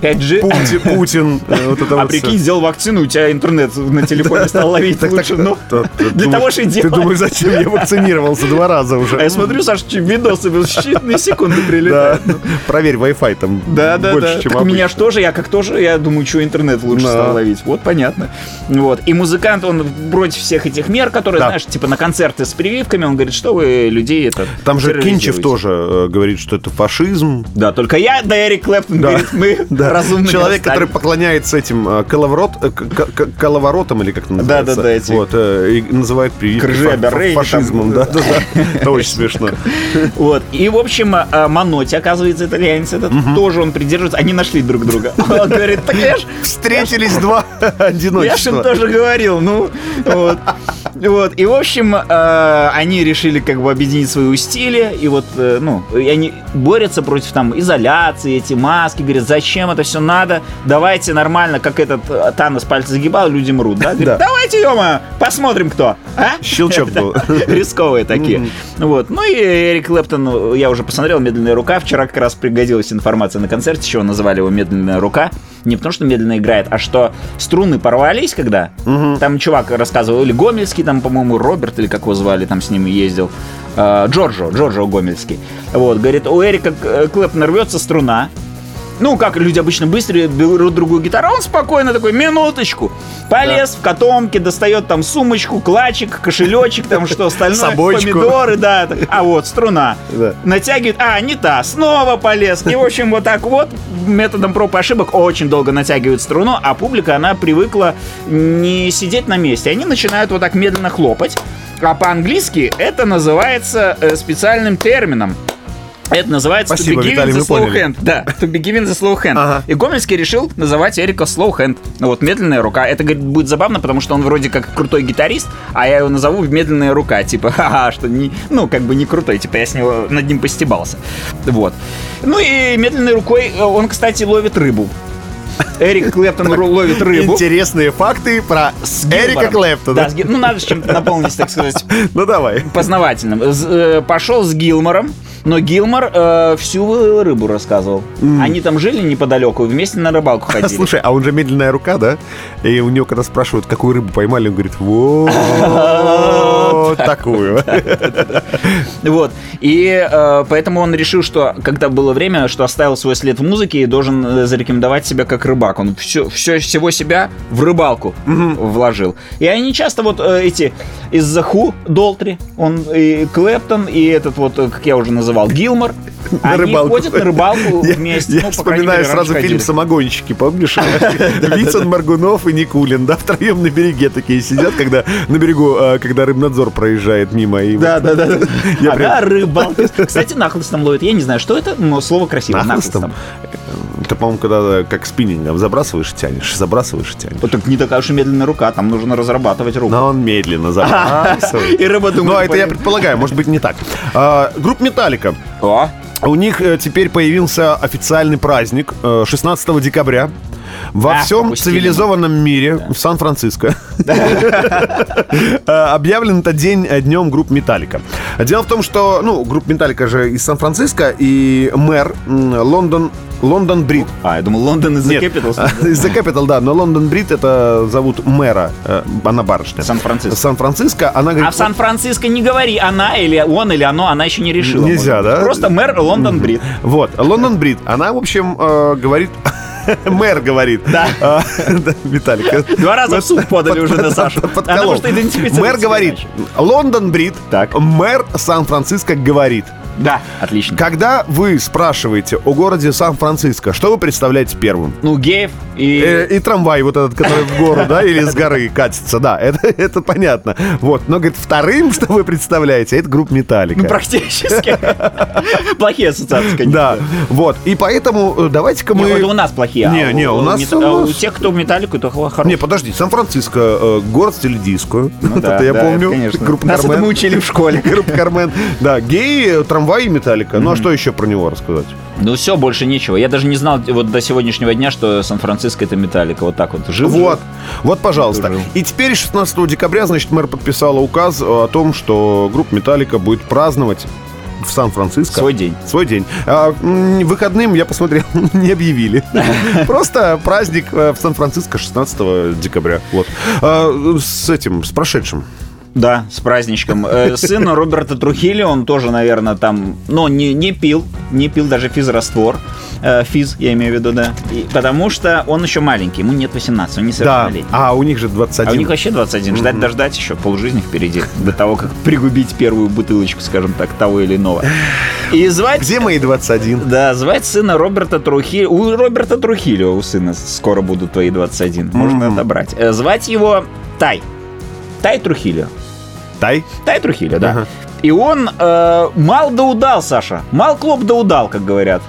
Speaker 2: 5G.
Speaker 1: Пути- Путин, э, вот это
Speaker 2: А
Speaker 1: вот всё.
Speaker 2: прикинь, сделал вакцину, у тебя интернет на телефоне стал ловить
Speaker 1: Так, так,
Speaker 2: лучше. Ну,
Speaker 1: то- то-
Speaker 2: для
Speaker 1: думаешь-
Speaker 2: того же и
Speaker 1: Ты
Speaker 2: делать.
Speaker 1: думаешь, зачем я вакцинировался два раза
Speaker 2: А я
Speaker 1: уже?
Speaker 2: смотрю, Саш, че- видосы в считанные секунды прилетают.
Speaker 1: Да. Проверь, Wi-Fi там
Speaker 2: Да, да, да.
Speaker 1: больше, чем
Speaker 2: Так у меня
Speaker 1: обычно.
Speaker 2: же тоже, я как тоже, я думаю, что интернет лучше
Speaker 1: Да.
Speaker 2: стал ловить. Вот, понятно. Вот. И музыкант, он против всех этих мер, которые,
Speaker 1: Да.
Speaker 2: знаешь, типа на концерты с прививками, он говорит, что вы людей это
Speaker 1: Там же Кинчев
Speaker 2: терроризируете.
Speaker 1: тоже э, говорит, что это фашизм.
Speaker 2: Да, только я, да Эрик Клэптон,
Speaker 1: Да.
Speaker 2: говорит, мы
Speaker 1: Да.
Speaker 2: разумными
Speaker 1: Человек,
Speaker 2: остались.
Speaker 1: который поклоняется этим э, коловорот, э, к- к- к- коловоротам, или как это называется?
Speaker 2: да, эти-
Speaker 1: Вот, э, и называют прививки
Speaker 2: Крыжи,
Speaker 1: фа-
Speaker 2: оберрейки там.
Speaker 1: фашизмом. Да, да, да. Это очень смешно.
Speaker 2: Вот. И, в общем, а, а, Маноти, оказывается, итальянец этот, тоже он придерживается. Они нашли друг друга. Он говорит, так я ж...
Speaker 1: Встретились два Ну,
Speaker 2: Я ж им
Speaker 1: одиночества.
Speaker 2: тоже говорил, ну, вот. Вот. И, в общем, а, они решили как бы объединить свои стили, и вот, э, ну, и они борются против там изоляции, эти маски, говорят, зачем это все надо, давайте нормально, как этот э, Танос пальцы загибал, люди мрут, да? Говорит,
Speaker 1: Да.
Speaker 2: давайте, ё посмотрим, кто, а?
Speaker 1: Щелчок был.
Speaker 2: Рисковые такие.
Speaker 1: Мгм.
Speaker 2: Вот. Ну и Эрик Клэптон, я уже посмотрел, «Медленная рука». Вчера как раз пригодилась информация на концерте, чего называли его «Медленная рука». Не потому, что медленно играет, а что струны порвались, когда там чувак рассказывал, или Гомельский, там, по-моему, Роберт, или как его звали, там с ним ездил, э, Джорджо, Джорджо Гомельский. Вот, говорит, у Эрика э, Клэптона рвется струна, ну, как люди обычно быстро берут другую гитару, а он спокойно такой, минуточку, полез в котомке, достает там сумочку, клачик, кошелечек, там что остальное,
Speaker 1: Собачку.
Speaker 2: помидоры, да, так. а вот струна,
Speaker 1: Да.
Speaker 2: натягивает, а, не та, снова полез, и, в общем, вот так вот, методом проб и ошибок очень долго натягивает струну, а публика, она привыкла не сидеть на месте, они начинают вот так медленно хлопать, а по-английски это называется э, специальным термином. Это называется
Speaker 1: Спасибо,
Speaker 2: to be given
Speaker 1: Виталий,
Speaker 2: the
Speaker 1: мы
Speaker 2: slow
Speaker 1: поняли.
Speaker 2: hand. Да, to be given the slow hand.
Speaker 1: Ага.
Speaker 2: И Гомельский решил называть Эрика slow hand. Ну вот, медленная рука. Это, говорит, будет забавно, потому что он вроде как крутой гитарист, а я его назову медленная рука. Типа, ха-ха, что не, ну, как бы не крутой. Типа, я с него над ним постебался. Вот. Ну и медленной рукой э, он, кстати, ловит рыбу. Эрик Клэптон ру- ловит рыбу.
Speaker 1: Интересные факты про Эрика
Speaker 2: Юмором.
Speaker 1: Клэптона.
Speaker 2: Да, с ги- ну надо же чем-то наполнить, так сказать,
Speaker 1: Ну давай.
Speaker 2: познавательным. З- э, Пошел с Гилмором, но Гилмор э, всю рыбу рассказывал. Они там жили неподалеку, вместе на рыбалку ходили.
Speaker 1: Слушай, а он же медленная рука, да? И у него, когда спрашивают, какую рыбу поймали, он говорит, вот такую.
Speaker 2: Вот. И э, поэтому он решил, что когда было время, что оставил свой след в музыке и должен э, зарекомендовать себя как рыбак. Он все, все всего себя в рыбалку вложил. И они часто вот э, эти из заху Долтри, он и Клэптон, и этот вот, э, как я уже называл, Гилмор.
Speaker 1: На
Speaker 2: они
Speaker 1: рыбалку.
Speaker 2: ходят на рыбалку
Speaker 1: Я-
Speaker 2: вместе.
Speaker 1: Я
Speaker 2: Ну, по крайней
Speaker 1: вспоминаю
Speaker 2: мере, раньше
Speaker 1: сразу фильм
Speaker 2: ходили.
Speaker 1: «Самогонщики», помнишь? Вицин, Маргунов и Никулин, да, втроем на береге такие сидят, когда на берегу, э, когда рыбнадзор проезжает мимо. и
Speaker 2: Да,
Speaker 1: вот-
Speaker 2: да, да. да.
Speaker 1: Я
Speaker 2: Ага,
Speaker 1: прям-
Speaker 2: рыбалки. Кстати, нахлыст там ловит. Я не знаю, что это, но слово красивое.
Speaker 1: Нахлыстом?
Speaker 2: Нахлыстом.
Speaker 1: Это, по-моему, когда как спиннингом забрасываешь и тянешь, забрасываешь и тянешь.
Speaker 2: Вот так не такая уж и медленная рука, там нужно разрабатывать руку.
Speaker 1: Но он медленно забрасывает.
Speaker 2: И рыба думает,
Speaker 1: Ну, а это А, я
Speaker 2: блин.
Speaker 1: предполагаю, может быть, не так. А, Группа «Металлика».
Speaker 2: О,
Speaker 1: У них э, теперь появился официальный праздник э, 16 декабря. Во
Speaker 5: Ах,
Speaker 1: всем
Speaker 5: пропустили.
Speaker 1: цивилизованном мире, в Сан-Франциско, э, объявлен это день э, днем групп Металлика. Дело в том, что, ну, группа Металлика же из Сан-Франциско, и мэр м, Лондон, Лондон Брид.
Speaker 2: А, я думал, Лондон из The
Speaker 1: Нет,
Speaker 2: Capitals.
Speaker 1: Из The Capital, да, но Лондон Брид это зовут мэра, э, она барышня.
Speaker 2: Сан-Франциско.
Speaker 1: Сан-Франциско, она говорит...
Speaker 2: А в Сан-Франциско не говори, она или он или оно, она еще не решила.
Speaker 1: Нельзя,
Speaker 2: может быть.
Speaker 1: да?
Speaker 2: Просто мэр Лондон Брит.
Speaker 1: Вот, Лондон Брид, она, в общем, э, говорит... Мэр говорит. А, Да. Виталик. э,
Speaker 2: Два раза в суд подали уже на Сашу. Она
Speaker 1: подколол.
Speaker 2: может идентифицировать.
Speaker 1: Мэр
Speaker 2: себя
Speaker 1: говорит,
Speaker 2: иначе.
Speaker 1: Лондон брит,
Speaker 2: Так.
Speaker 1: мэр Сан-Франциско говорит.
Speaker 2: Да. Отлично.
Speaker 1: Когда вы спрашиваете о городе Сан-Франциско, что вы представляете первым?
Speaker 2: Ну, геев
Speaker 1: Э,
Speaker 2: и...
Speaker 1: И трамвай вот этот, который в гору, да, или с горы катится, да, это, это понятно. Вот, но, говорит, вторым, что вы представляете, это группа
Speaker 2: Ну,
Speaker 1: Металлика.
Speaker 2: практически. Плохие ассоциации, конечно.
Speaker 1: Да, вот, и поэтому э, давайте-ка
Speaker 2: Не,
Speaker 1: мы...
Speaker 2: это у нас плохие. а
Speaker 1: Не, не, у нас-
Speaker 2: мета-
Speaker 1: у
Speaker 2: а У
Speaker 1: нас-
Speaker 2: тех, кто в металлику, то хо-
Speaker 1: Не,
Speaker 2: хорошие.
Speaker 1: подожди, Сан-Франциско, э, город стиле диско.
Speaker 2: Ну Да,
Speaker 1: это я
Speaker 2: да,
Speaker 1: помню.
Speaker 2: конечно.
Speaker 1: Группа
Speaker 2: Нас
Speaker 1: Кармен.
Speaker 2: это мы учили в школе.
Speaker 1: Группа Кармен. Да, геи, трамвай и металлика. Ну а что еще про него рассказать?
Speaker 2: Ну все, больше нечего. Я даже не знал вот до сегодняшнего дня, что Сан-Франциско это металлика. Вот так вот. Жил.
Speaker 1: Вот, вот, пожалуйста.
Speaker 2: Дружил.
Speaker 1: И теперь 16 декабря, значит, мэр подписала указ э, о том, что группа Металлика будет праздновать в Сан-Франциско.
Speaker 2: Свой день.
Speaker 1: Свой день. А, м, выходным, я посмотрел, не объявили. Просто праздник э, в Сан-Франциско 16 декабря. Вот. А, С этим, с прошедшим.
Speaker 2: Да, с праздничком. Э, Сын Роберта Трухили, он тоже, наверное, там, но не, не пил, не пил даже физраствор. Э, Физ, я имею в виду, да. И потому что он еще маленький, ему нет 18, он
Speaker 1: Да.
Speaker 2: несовершеннолетний.
Speaker 1: А у них же 21.
Speaker 2: А у них вообще 21. Ждать дождать еще полжизни впереди. До того, как пригубить первую бутылочку, скажем так, того или иного. И звать...
Speaker 1: Где мои 21?
Speaker 2: Да, звать сына Роберта Трухи... У Роберта Трухилио, у сына, скоро будут твои 21. Можно отобрать. Э, Звать его Тай. Тай Трухилио.
Speaker 1: Тай.
Speaker 2: Тай Трухилио, да.
Speaker 1: Ага.
Speaker 2: И он э, мал да удал, Саша. Мал клоп да удал, как говорят.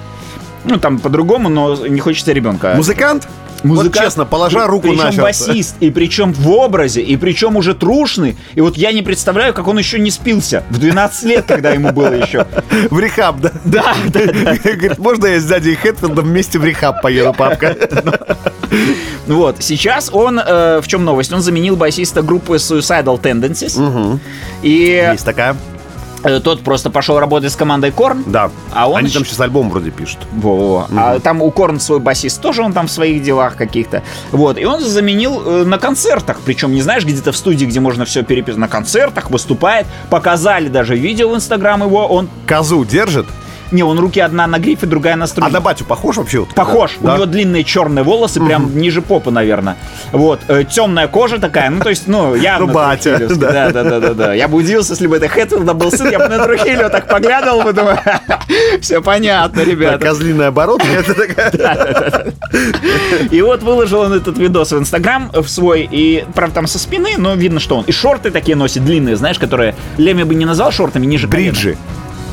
Speaker 2: Ну, там по-другому, но не хочется ребенка.
Speaker 1: Музыкант? Вот честно, положа
Speaker 2: При-
Speaker 1: руку на
Speaker 2: Причем
Speaker 1: сердце.
Speaker 2: басист, и причем в образе, и причем уже трушный. И вот я не представляю, как он еще не спился в 12 лет, когда ему было еще.
Speaker 1: В рехаб, да? Да, Говорит, можно я с дядей Хэтфилдом вместе в рехаб поеду, папка?
Speaker 2: Ну Вот, сейчас он, э, в чем новость, он заменил басиста группы Suicidal Tendencies. И
Speaker 1: Есть такая?
Speaker 2: э, тот просто пошел работать с командой Корн.
Speaker 1: Да.
Speaker 2: А он
Speaker 1: Они
Speaker 2: еще-
Speaker 1: там сейчас альбом вроде пишут.
Speaker 2: Во-во-во. А там у Корн свой басист тоже, он там в своих делах каких-то. Вот, и он заменил э, на концертах. Причем, не знаешь, где-то в студии, где можно все переписать. На концертах выступает. Показали даже видео в Инстаграм его. Он,
Speaker 1: Козу держит?
Speaker 2: не, он руки одна на грифе, другая на струне.
Speaker 1: А на батю похож вообще? вот?
Speaker 2: Похож.
Speaker 1: Да.
Speaker 2: У него длинные черные волосы, прям ниже попы, наверное. Вот. э, темная кожа такая. Ну, то есть, ну, явно.
Speaker 1: Ну, батя,
Speaker 2: трухилевский. Да, да, да, да, да. Я бы удивился, если бы это Хэтфилда был сын, я бы на Трухилио так поглядывал бы, думаю, все понятно,
Speaker 1: Да,
Speaker 2: ребята.
Speaker 1: Козлиная оборотка. это такая. а-
Speaker 2: И вот выложил он этот видос в Инстаграм в свой, и, правда, там со спины, но видно, что он. И шорты такие носит длинные, знаешь, которые Леми бы не назвал шортами, ниже колена.
Speaker 1: Бриджи.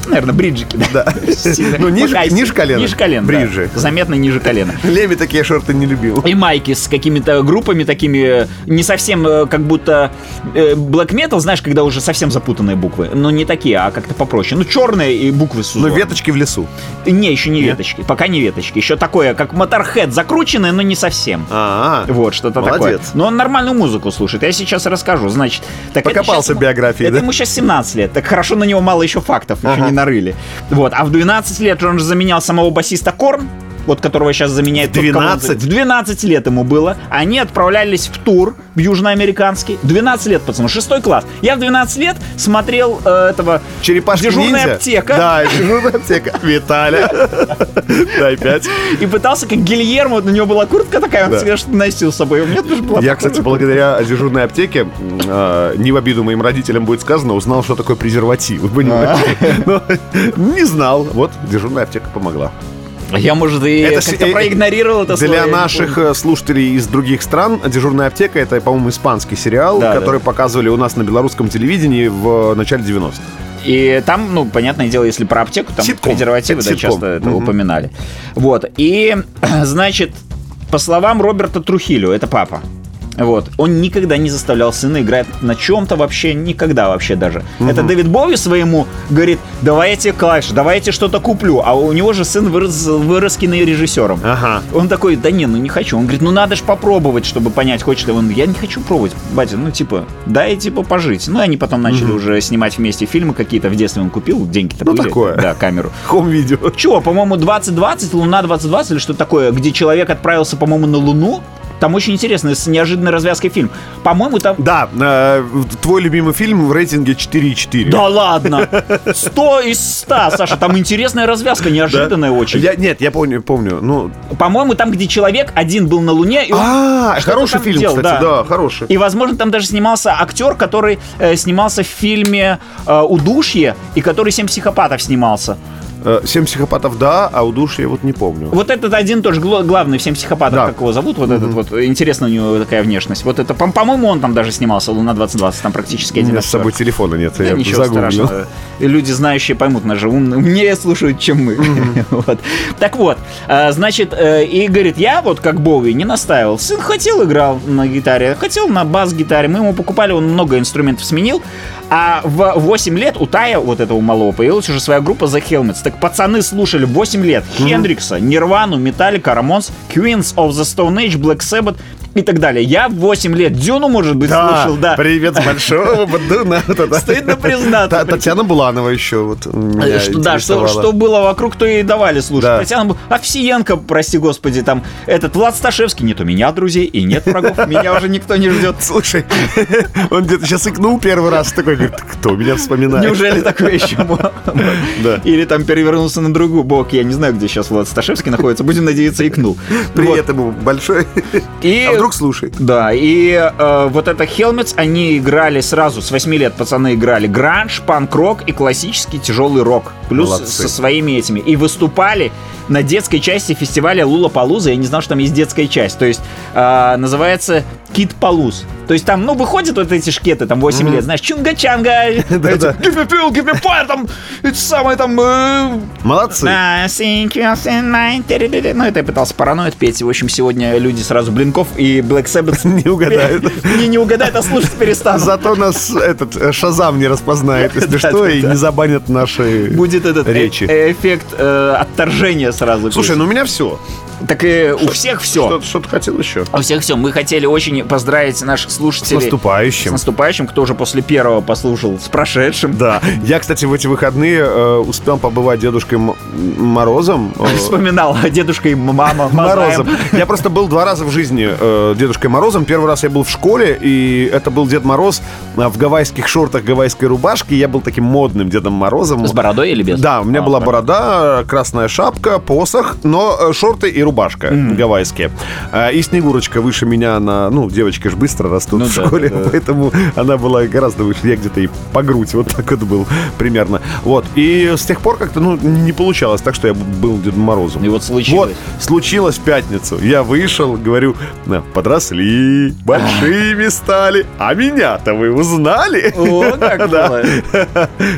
Speaker 2: Наверное, бриджики, да. Стильно.
Speaker 1: Ну, ниже-
Speaker 2: Пока-
Speaker 1: ниже колена.
Speaker 2: Ниже колена, да.
Speaker 1: Бриджи.
Speaker 2: Заметно ниже колена.
Speaker 1: Леми такие шорты не любил.
Speaker 2: и майки с какими-то группами такими, э, не совсем э, как будто э, black metal, знаешь, когда уже совсем запутанные буквы. Но не такие, а как-то попроще. Ну, черные и буквы с
Speaker 1: Но
Speaker 2: узором.
Speaker 1: Ну, веточки в лесу.
Speaker 2: Не, еще не веточки. Пока не веточки. Еще такое, как моторхед закрученное, но не совсем.
Speaker 1: А,
Speaker 2: Вот, что-то такое.
Speaker 1: Молодец.
Speaker 2: Но он нормальную музыку слушает. Я сейчас расскажу. Значит, так это
Speaker 1: Покопался
Speaker 2: щас-
Speaker 1: в биографии,
Speaker 2: Это
Speaker 1: да?
Speaker 2: ему сейчас 17 лет. Так хорошо на него мало еще фактов, еще не нарыли. Вот. А в 12 лет он же заменял самого басиста Корн. Вот которого сейчас заменяет...
Speaker 1: В
Speaker 2: тот, кого он
Speaker 1: 12?
Speaker 2: за- В 12 лет ему было. Они отправлялись в тур в южноамериканский. 12 лет, пацаны, шестой класс. Я в 12 лет смотрел э, этого...
Speaker 1: Черепашки
Speaker 2: Дежурная
Speaker 1: ниндзя?
Speaker 2: аптека.
Speaker 1: Да, дежурная аптека. Виталя. Дай пять.
Speaker 2: И пытался, как Гильермо, вот у него была куртка такая, он
Speaker 1: Да.
Speaker 2: себе что-то носил с собой. У меня тоже была
Speaker 1: Я, кстати, благодаря дежурной аптеке, м, э, не в обиду моим родителям будет сказано, узнал, что такое презерватив. Вы понимаете? Но Не знал. Вот, дежурная аптека помогла.
Speaker 2: Я, может, и
Speaker 1: Это
Speaker 2: как-то
Speaker 1: с- э,
Speaker 2: проигнорировал это слово, я
Speaker 1: Для
Speaker 2: не
Speaker 1: наших э, слушателей из других стран «Дежурная аптека» — это, по-моему, испанский сериал,
Speaker 2: Да, да,
Speaker 1: который показывали у нас на белорусском телевидении в э, начале 90-х.
Speaker 2: И там, ну, понятное дело, если про аптеку, там
Speaker 1: Ситком.
Speaker 2: презервативы,
Speaker 1: Это
Speaker 2: да,
Speaker 1: ситком.
Speaker 2: часто это
Speaker 1: Мгм.
Speaker 2: упоминали. Вот. И, значит, по словам Роберта Трухилю, это папа Вот. Он никогда не заставлял сына играть на чем-то вообще, никогда вообще даже. Это Дэвид Боуи своему говорит, давай я тебе клавиши, давай я тебе что-то куплю. А у него же сын вырос, вырос кинорежиссером.
Speaker 1: Ага.
Speaker 2: Он такой, да не, ну не хочу. Он говорит, ну надо же попробовать, чтобы понять, хочет ли он. Я не хочу пробовать, батя, ну типа, дай типа пожить. Ну и они потом начали уже снимать вместе фильмы какие-то. В детстве он купил, деньги-то
Speaker 1: Ну,
Speaker 2: были.
Speaker 1: такое.
Speaker 2: Да, камеру.
Speaker 1: Хом-видео.
Speaker 2: Чего, по-моему, 2020, Луна 2020 или что такое, где человек отправился, по-моему, на Луну. Там очень интересный, с неожиданной развязкой фильм. По-моему, там...
Speaker 1: Да, э, твой любимый фильм в рейтинге 4,4.
Speaker 2: Да ладно! 100 из 100, Саша, там интересная развязка, неожиданная очень.
Speaker 1: Я, нет, я помню, помню. Ну,
Speaker 2: По-моему, там, где человек один был на Луне, и он
Speaker 1: а,
Speaker 2: что-то
Speaker 1: хороший
Speaker 2: там
Speaker 1: фильм,
Speaker 2: делал,
Speaker 1: кстати,
Speaker 2: да.
Speaker 1: да, хороший.
Speaker 2: И, возможно, там даже снимался актер, который э, снимался в фильме э, «Удушье», и который «Семь психопатов» снимался.
Speaker 1: Э, Семь психопатов, да, а у души я вот не помню.
Speaker 2: Вот этот один тоже гло- главный в «Семь психопатов»,
Speaker 1: Да.
Speaker 2: как его зовут, вот этот вот, интересно у него такая внешность. Вот это, по- моему он там даже снимался, «Луна-2020», там практически
Speaker 1: У
Speaker 2: один
Speaker 1: меня с
Speaker 2: актер.
Speaker 1: собой телефона нет,
Speaker 2: Да
Speaker 1: я
Speaker 2: ничего
Speaker 1: загуглил.
Speaker 2: страшного. И Люди, знающие, поймут, нас же умные, умнее слушают, чем мы. Вот. Так вот, а, значит, э, и говорит, я вот как Боуи не настаивал. Сын хотел, играл на гитаре, хотел на бас-гитаре. Мы ему покупали, он много инструментов сменил. А в 8 лет у Тая, вот этого малого, появилась уже своя группа The Helmets. Так пацаны слушали 8 лет Хендрикса, Нирвану, Металлика, Рамонс, Queens of the Stone Age, Black Sabbath и так далее. Я в 8 лет Дюну, может быть, слушал, да.
Speaker 1: Привет с большого Бадуна.
Speaker 2: Стыдно признаться.
Speaker 1: Та- Татьяна Буланова еще вот меня
Speaker 2: Э, Что, да, что,
Speaker 1: интересовала.
Speaker 2: что было вокруг, то и давали слушать.
Speaker 1: Да.
Speaker 2: Татьяна Бу- Овсиенко, прости господи, там этот Влад Сташевский, нет у меня друзей и нет врагов, меня уже никто не ждет.
Speaker 1: Слушай, он где-то сейчас икнул первый раз, такой говорит, кто меня вспоминает?
Speaker 2: Неужели такое еще было?
Speaker 1: Да.
Speaker 2: Или там перевернулся на другую бок, я не знаю, где сейчас Влад Сташевский находится, будем надеяться, икнул.
Speaker 1: Привет ему большой.
Speaker 2: Вот. И...
Speaker 1: А вдруг слушает?
Speaker 2: Да, и э, вот это Хелмets, они играли сразу, с 8 лет пацаны играли гранж, панк-рок и классический тяжелый рок. Плюс
Speaker 1: Молодцы.
Speaker 2: со своими этими. И выступали на детской части фестиваля Лула Палуза. Я не знал, что там есть детская часть. То есть э, называется Кит Палуз. То есть там, ну, выходят вот эти шкеты, там 8 лет, знаешь, чунга-чанга, эти,
Speaker 1: Да-да.
Speaker 2: give me pill, give me fire, там, это самое там, э,
Speaker 1: Молодцы.
Speaker 2: I think you're so mine. Ди-ди-ди-ди. Ну, это я пытался параноид петь. В общем, сегодня люди сразу Блинков и Black Sabbath
Speaker 1: Не угадают.
Speaker 2: Не, не угадают, а слушать перестанут.
Speaker 1: Зато нас этот э, Шазам не распознает, если что, и не забанят наши
Speaker 2: Будет этот э-
Speaker 1: речи.
Speaker 2: э- эффект э, отторжения сразу.
Speaker 1: Слушай, ну у меня все.
Speaker 2: так и у всех все.
Speaker 1: Что-то хотел еще.
Speaker 2: У всех все. Мы хотели очень поздравить наших
Speaker 1: С
Speaker 2: слушателей. С
Speaker 1: наступающим.
Speaker 2: наступающим, кто уже после первого послушал, с прошедшим.
Speaker 1: Да. Я, кстати, в эти выходные э, успел побывать дедушкой М- Морозом. э,
Speaker 2: Вспоминал А дедушка и мама.
Speaker 1: Морозом.
Speaker 2: мазаем.
Speaker 1: Я просто был два раза в жизни э, Дедушкой Морозом. Первый раз я был в школе, и это был Дед Мороз э, в гавайских шортах, гавайской рубашке. Я был таким модным Дедом Морозом.
Speaker 2: С бородой или без?
Speaker 1: Да, у меня
Speaker 2: А,
Speaker 1: была
Speaker 2: да.
Speaker 1: борода, э, красная шапка, посох, но э, шорты и рубашка гавайские. Э, И Снегурочка выше меня, она, ну, девочки же быстро растут
Speaker 2: Ну
Speaker 1: в
Speaker 2: да,
Speaker 1: школе,
Speaker 2: да, да.
Speaker 1: поэтому она была гораздо выше. Я где-то и по грудь, вот так вот был примерно. Вот, и с тех пор как-то, ну, не получалось так, что я был Дедом Морозом.
Speaker 2: И вот случилось.
Speaker 1: Вот, случилось в пятницу. Я вышел, говорю, «На, подросли, большими стали, а меня-то вы узнали.
Speaker 2: О, как было.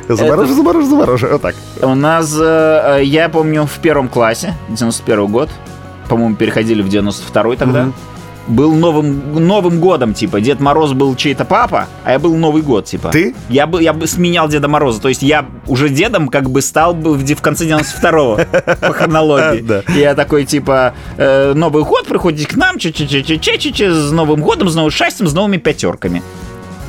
Speaker 1: Заморожу, заморожу, заморожу. Вот так.
Speaker 2: У нас, э, э, я помню, в первом классе, 91 год, по-моему, переходили в 92 тогда,
Speaker 1: Мгм.
Speaker 2: был новым, новым годом, типа, Дед Мороз был чей-то папа, а я был Новый год, типа.
Speaker 1: Ты?
Speaker 2: Я, бы, я бы сменял Деда Мороза, то есть я уже дедом как бы стал бы в, де- в конце 92-го, по хронологии.
Speaker 1: Да.
Speaker 2: И Я такой, типа, э, Новый год, приходите к нам, че че че че че че че с Новым годом, с новым счастьем, с новыми пятерками.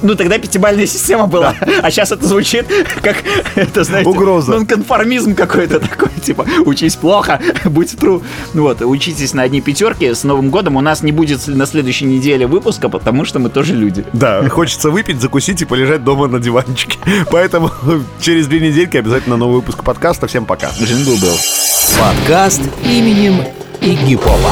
Speaker 2: Ну, тогда пятибальная система была. А сейчас это звучит как, это, знаете,
Speaker 1: Угроза.
Speaker 2: нонконформизм какой-то такой, типа, учись плохо, будь true. Вот, учитесь на одни пятерки. С Новым годом у нас не будет на следующей неделе выпуска, потому что мы тоже люди.
Speaker 1: Да, хочется выпить, закусить и полежать дома на диванчике. Поэтому через две недельки обязательно новый выпуск подкаста. Всем пока.
Speaker 2: Джингл был.
Speaker 4: Подкаст именем Игипова.